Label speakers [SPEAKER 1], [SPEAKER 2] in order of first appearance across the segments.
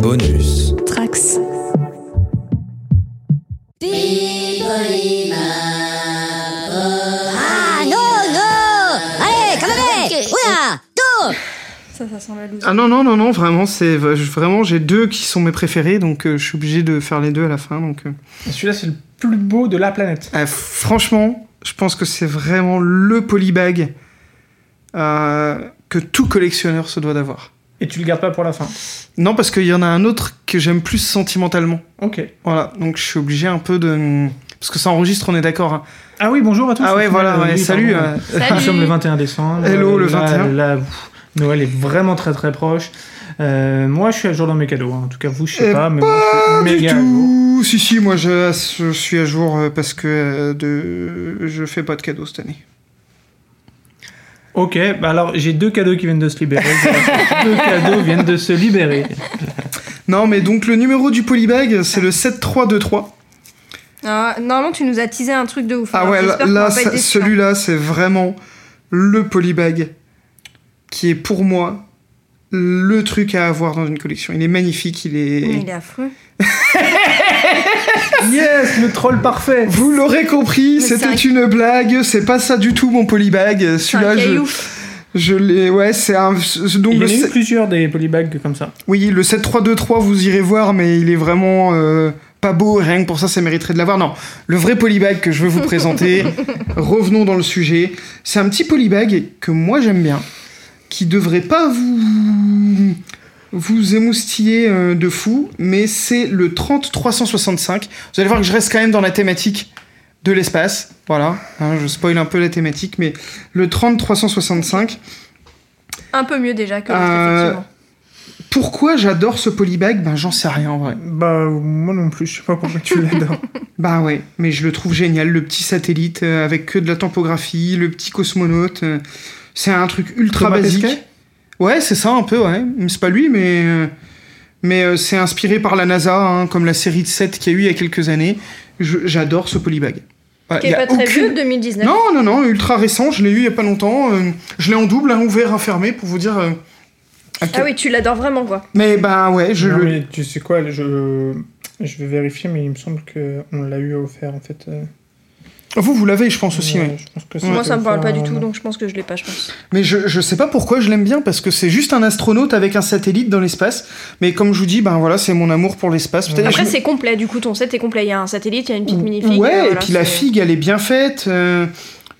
[SPEAKER 1] Bonus.
[SPEAKER 2] Trax.
[SPEAKER 3] Ah non, non Allez, comme avec Oula Dos
[SPEAKER 2] Ça, ça sent la loose.
[SPEAKER 4] Ah non, non, non, non, vraiment, c'est vraiment, j'ai deux qui sont mes préférés, donc euh, je suis obligé de faire les deux à la fin. Donc, euh.
[SPEAKER 5] Celui-là, c'est le plus beau de la planète.
[SPEAKER 4] Euh, franchement, je pense que c'est vraiment le polybag euh, que tout collectionneur se doit d'avoir.
[SPEAKER 5] Et tu le gardes pas pour la fin.
[SPEAKER 4] Non, parce qu'il y en a un autre que j'aime plus sentimentalement.
[SPEAKER 5] Ok.
[SPEAKER 4] Voilà, donc je suis obligé un peu de. Parce que ça enregistre, on est d'accord. hein.
[SPEAKER 5] Ah oui, bonjour à tous.
[SPEAKER 4] Ah ouais, voilà, ouais,
[SPEAKER 5] Oui,
[SPEAKER 4] salut.
[SPEAKER 5] pardon.
[SPEAKER 4] euh,
[SPEAKER 5] Nous
[SPEAKER 2] Salut.
[SPEAKER 5] sommes le 21 décembre.
[SPEAKER 4] Hello,
[SPEAKER 5] Euh,
[SPEAKER 4] le
[SPEAKER 5] là-
[SPEAKER 4] 21.
[SPEAKER 5] là, pff, Noël est vraiment très très proche. Euh, moi, je suis à jour dans mes cadeaux. hein. En tout cas, vous, je sais
[SPEAKER 4] Eh
[SPEAKER 5] pas, mais moi, je suis
[SPEAKER 4] Pas du
[SPEAKER 5] méga à jour.
[SPEAKER 4] tout. Si, si, moi je, je suis à jour euh, parce que euh, de, je fais pas de cadeaux cette année.
[SPEAKER 5] Ok, bah alors j'ai deux cadeaux qui viennent de se libérer. deux cadeaux viennent de se libérer.
[SPEAKER 4] Non, mais donc le numéro du polybag, c'est le 7323.
[SPEAKER 2] Ah, normalement, tu nous as teasé un truc de ouf.
[SPEAKER 4] Ah
[SPEAKER 2] Alors,
[SPEAKER 4] ouais,
[SPEAKER 2] j'espère
[SPEAKER 4] là,
[SPEAKER 2] qu'on va
[SPEAKER 4] là,
[SPEAKER 2] pas être
[SPEAKER 4] ça-
[SPEAKER 2] déçus, hein.
[SPEAKER 4] celui-là, c'est vraiment le polybag qui est pour moi le truc à avoir dans une collection. Il est magnifique, il
[SPEAKER 2] Mais
[SPEAKER 4] est...
[SPEAKER 2] Oh, Il est affreux.
[SPEAKER 5] Yes, le troll parfait.
[SPEAKER 4] Vous l'aurez compris,
[SPEAKER 2] Mais c'est
[SPEAKER 4] c'était
[SPEAKER 2] un-
[SPEAKER 4] une blague, c'est pas ça du tout mon polybag.
[SPEAKER 2] C'est un
[SPEAKER 4] Celui-là, je,
[SPEAKER 2] caillou.
[SPEAKER 4] je l'ai... Ouais, c'est un... Donc
[SPEAKER 5] Il y
[SPEAKER 4] le
[SPEAKER 5] en a eu
[SPEAKER 4] sept-
[SPEAKER 5] plusieurs des polybags comme ça.
[SPEAKER 4] Oui, le 7323, vous irez voir, mais il est vraiment euh, pas beau, rien que pour ça, ça mériterait de l'avoir. Non, le vrai polybag que je veux vous présenter, revenons dans le sujet, c'est un petit polybag que moi j'aime bien, qui devrait pas vous, vous émoustiller euh, de fou, mais c'est le 30365. Vous allez voir que je reste quand même dans la thématique de l'espace, voilà, hein, je spoil un peu la thématique, mais le 30365,
[SPEAKER 2] Un peu mieux déjà que l'autre,
[SPEAKER 4] Euh,
[SPEAKER 2] effectivement.
[SPEAKER 4] Pourquoi j'adore ce polybag Ben j'en sais rien en vrai.
[SPEAKER 5] Bah, moi non plus, je sais pas pourquoi tu l'adores.
[SPEAKER 4] Bah ouais, mais je le trouve génial, le petit satellite euh, avec que de la topographie, le petit cosmonaute. euh, c'est un truc ultra
[SPEAKER 5] Thomas
[SPEAKER 4] basique.
[SPEAKER 5] Pesquet
[SPEAKER 4] Ouais, c'est ça un peu, ouais. C'est pas lui, mais euh, mais euh, c'est inspiré par la NASA, hein, comme la série de 7 qu'il y a eu il y a quelques années. Je- J'adore ce polybag. Ouais,
[SPEAKER 2] Qui
[SPEAKER 4] y
[SPEAKER 2] est pas
[SPEAKER 4] a
[SPEAKER 2] très
[SPEAKER 4] aucune-
[SPEAKER 2] vieux, 2019.
[SPEAKER 4] Non, non, non, ultra récent, je l'ai eu il y a pas longtemps. euh, je l'ai en double, hein, ouvert, enfermé, pour vous dire. euh, à quel-
[SPEAKER 2] Ah oui, tu l'adores vraiment, quoi.
[SPEAKER 4] Mais bah ouais, je
[SPEAKER 5] Non,
[SPEAKER 4] le.
[SPEAKER 5] mais tu sais quoi, je... je vais vérifier, mais il me semble qu'on l'a eu offert en fait. euh,
[SPEAKER 4] Ah, Vous, vous l'avez, je pense aussi,
[SPEAKER 5] euh,
[SPEAKER 4] ouais.
[SPEAKER 5] je pense que
[SPEAKER 2] Moi, ça me parle pas du
[SPEAKER 5] offert,
[SPEAKER 2] tout,
[SPEAKER 5] euh,
[SPEAKER 2] donc je pense que je l'ai pas, je pense.
[SPEAKER 4] Mais je, je sais pas pourquoi je l'aime bien, parce que c'est juste un astronaute avec un satellite dans l'espace. Mais comme je vous dis, ben voilà, c'est mon amour pour l'espace. Peut-être
[SPEAKER 2] Après,
[SPEAKER 4] je-
[SPEAKER 2] c'est complet, du coup, ton set est complet. Il y a un satellite, il y a une petite mini-figue.
[SPEAKER 4] Ouais,
[SPEAKER 2] euh,
[SPEAKER 4] et
[SPEAKER 2] voilà,
[SPEAKER 4] puis la
[SPEAKER 2] c'est-
[SPEAKER 4] figue, elle est bien faite. euh,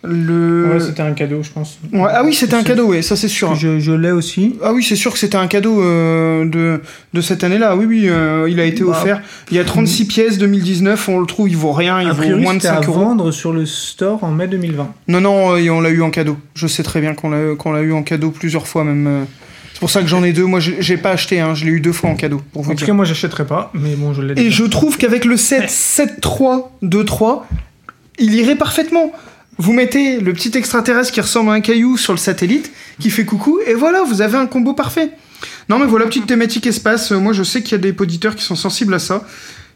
[SPEAKER 4] le...
[SPEAKER 5] Ouais, c'était un cadeau, je pense.
[SPEAKER 4] Ouais, ah oui, c'était un
[SPEAKER 5] C'est-
[SPEAKER 4] cadeau, ouais, ça c'est sûr. hein.
[SPEAKER 5] Je, je l'ai aussi.
[SPEAKER 4] Ah oui, c'est sûr que c'était un cadeau euh, de, de cette année-là. Oui, oui, euh, il a été
[SPEAKER 5] Bah.
[SPEAKER 4] offert. Il y a 36 pièces 2019, on le trouve, il vaut rien, il
[SPEAKER 5] A
[SPEAKER 4] vaut
[SPEAKER 5] priori,
[SPEAKER 4] moins de
[SPEAKER 5] c'était à
[SPEAKER 4] 5 euros.
[SPEAKER 5] vendre sur le store en mai 2020.
[SPEAKER 4] Non, non, euh, et on l'a eu en cadeau. Je sais très bien qu'on l'a qu'on l'a eu en cadeau plusieurs fois même. euh. C'est pour ça que j'en ai deux. Moi, je- j'ai pas acheté, hein, je l'ai eu deux fois en cadeau. Pour vous
[SPEAKER 5] En
[SPEAKER 4] dire.
[SPEAKER 5] tout cas, moi, j'achèterai pas, mais bon, je l'ai.
[SPEAKER 4] Et
[SPEAKER 5] déjà.
[SPEAKER 4] je trouve qu'avec le 7, 7, 3, 2, 3, il irait parfaitement. Vous mettez le petit extraterrestre qui ressemble à un caillou sur le satellite, qui fait coucou, et voilà, vous avez un combo parfait. Non, mais voilà, petite thématique espace. Euh, Moi, je sais qu'il y a des auditeurs qui sont sensibles à ça,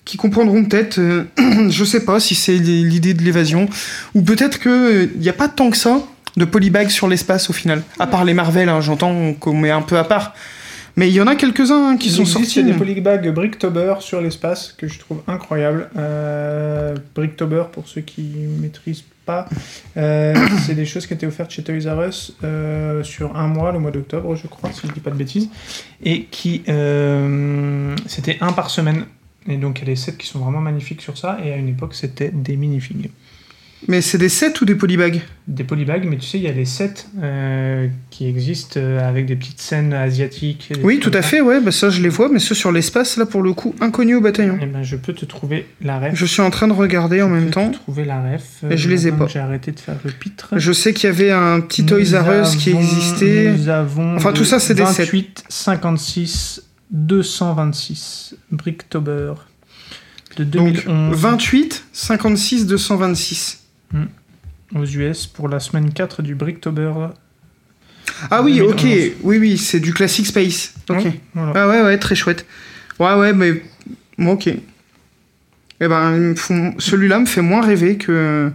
[SPEAKER 4] qui comprendront peut-être, euh, je sais pas si c'est l- l'idée de l'évasion, ou peut-être qu'il n'y a pas tant que ça de polybags sur l'espace au final. À part les Marvel, hein, j'entends qu'on met un peu à part. Mais il y en a quelques-uns hein, qui
[SPEAKER 5] Il
[SPEAKER 4] sont
[SPEAKER 5] existe
[SPEAKER 4] sortis.
[SPEAKER 5] des polybags Bricktober sur l'espace que je trouve incroyable. Euh, Bricktober, pour ceux qui maîtrisent pas, euh, c'est des choses qui étaient offertes chez Toys R Us euh, sur un mois, le mois d'octobre, je crois, si je dis pas de bêtises, et qui euh, c'était un par semaine. Et donc il y a des sets qui sont vraiment magnifiques sur ça. Et à une époque, c'était des minifigs.
[SPEAKER 4] Mais c'est des sets ou des polybags
[SPEAKER 5] des polybags, mais tu sais, il y a les sets euh, qui existent euh, avec des petites scènes asiatiques. et des
[SPEAKER 4] Oui,
[SPEAKER 5] trucs
[SPEAKER 4] tout
[SPEAKER 5] comme
[SPEAKER 4] à
[SPEAKER 5] ça.
[SPEAKER 4] fait, ouais, bah ça je les vois, mais ceux sur l'espace, là pour le coup, inconnus au bataillon.
[SPEAKER 5] Eh ben, je peux te trouver la ref.
[SPEAKER 4] Je suis en train de regarder en
[SPEAKER 5] Je peux
[SPEAKER 4] même
[SPEAKER 5] te
[SPEAKER 4] temps.
[SPEAKER 5] trouver la ref.
[SPEAKER 4] Et je les ai
[SPEAKER 5] maintenant
[SPEAKER 4] pas.
[SPEAKER 5] que J'ai arrêté de faire le pitre.
[SPEAKER 4] Je sais qu'il y avait un petit Toys R Us qui
[SPEAKER 5] Nous avons-
[SPEAKER 4] existait.
[SPEAKER 5] Nous avons.
[SPEAKER 4] Enfin, tout
[SPEAKER 5] le
[SPEAKER 4] ça, c'est des sets.
[SPEAKER 5] 28, 56, 226. Bricktober. De
[SPEAKER 4] Donc
[SPEAKER 5] 2011
[SPEAKER 4] 28, 56, 226.
[SPEAKER 5] aux US pour la semaine 4 du Bricktober.
[SPEAKER 4] Ah oui, ok,
[SPEAKER 5] 2011.
[SPEAKER 4] oui, oui, c'est du classique Space. Ok.
[SPEAKER 5] Hein, voilà.
[SPEAKER 4] Ah ouais, ouais, très chouette. Ouais, ouais, mais. Bon, ok. Eh ben, ils me font- celui-là me fait moins rêver que.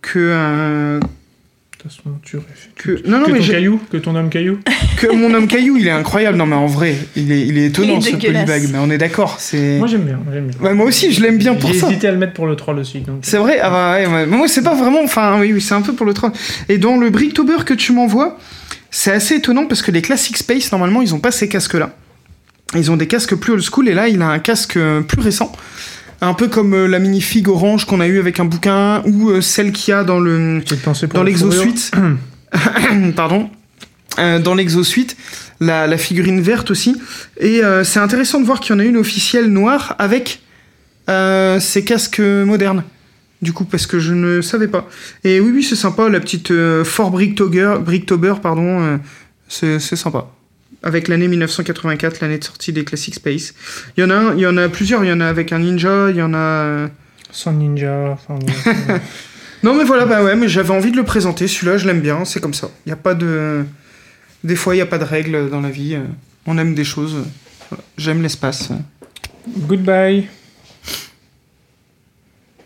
[SPEAKER 4] que. euh,
[SPEAKER 5] façon, tu réfutes.
[SPEAKER 4] Que... Non, non,
[SPEAKER 5] que
[SPEAKER 4] mais
[SPEAKER 5] ton
[SPEAKER 4] j'ai-
[SPEAKER 5] caillou, que ton homme caillou.
[SPEAKER 4] que mon homme caillou, il est incroyable. Non, mais en vrai, il est, il est
[SPEAKER 2] Il
[SPEAKER 4] étonnant
[SPEAKER 2] est
[SPEAKER 4] ce
[SPEAKER 2] dégueulasse.
[SPEAKER 4] polybag. Mais on est d'accord, c'est.
[SPEAKER 5] Moi j'aime bien, j'aime bien.
[SPEAKER 4] Bah, moi aussi, je l'aime bien pour
[SPEAKER 5] J'ai
[SPEAKER 4] ça.
[SPEAKER 5] hésité à le mettre pour le troll aussi. Donc...
[SPEAKER 4] C'est vrai, ah bah, ouais, ouais. Mais moi c'est pas vraiment, enfin oui, oui, c'est un peu pour le troll. Et dans le Bricktober que tu m'envoies, c'est assez étonnant parce que les Classic Space, normalement, ils ont pas ces casques-là. Ils ont des casques plus old school et là, il a un casque euh, plus récent. Un peu comme euh, la minifig orange qu'on a eu avec un bouquin ou euh, celle qu'il y a dans le
[SPEAKER 5] J'ai pensé pour
[SPEAKER 4] dans
[SPEAKER 5] la fourrure.
[SPEAKER 4] l'exosuite. Pardon. Euh, dans l'exosuite, la, la figurine verte aussi. Et euh, c'est intéressant de voir qu'il y en a une officielle noire avec euh, ces casques euh, modernes. Du coup, parce que je ne savais pas. Et oui, oui, c'est sympa, la petite euh, Fort Bricktober, Bricktober pardon, euh, c'est c'est sympa. Avec l'année 1984, l'année de sortie des Classic Space. Il y en a, un- il y en a plusieurs, il y en a avec un ninja, il y en a... euh,
[SPEAKER 5] Sans ninja, enfin bon.
[SPEAKER 4] non mais voilà, bah ouais, mais j'avais envie de le présenter, celui-là je l'aime bien, c'est comme ça. Il y a pas de... Des fois il n'y a pas de règles dans la vie, euh, on aime des choses, euh, voilà. j'aime l'espace.
[SPEAKER 5] Goodbye.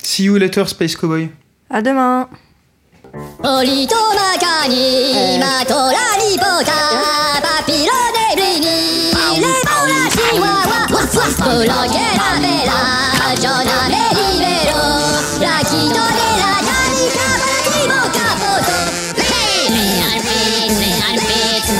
[SPEAKER 4] See you later Space Cowboy.
[SPEAKER 2] À demain.
[SPEAKER 3] おりとまかにまとらにポタパピロネブリにレポラシワワワワプロゲラベラジョナメリベロラキドネラ何かバキボカポトレイレアルピーツレアルピーツ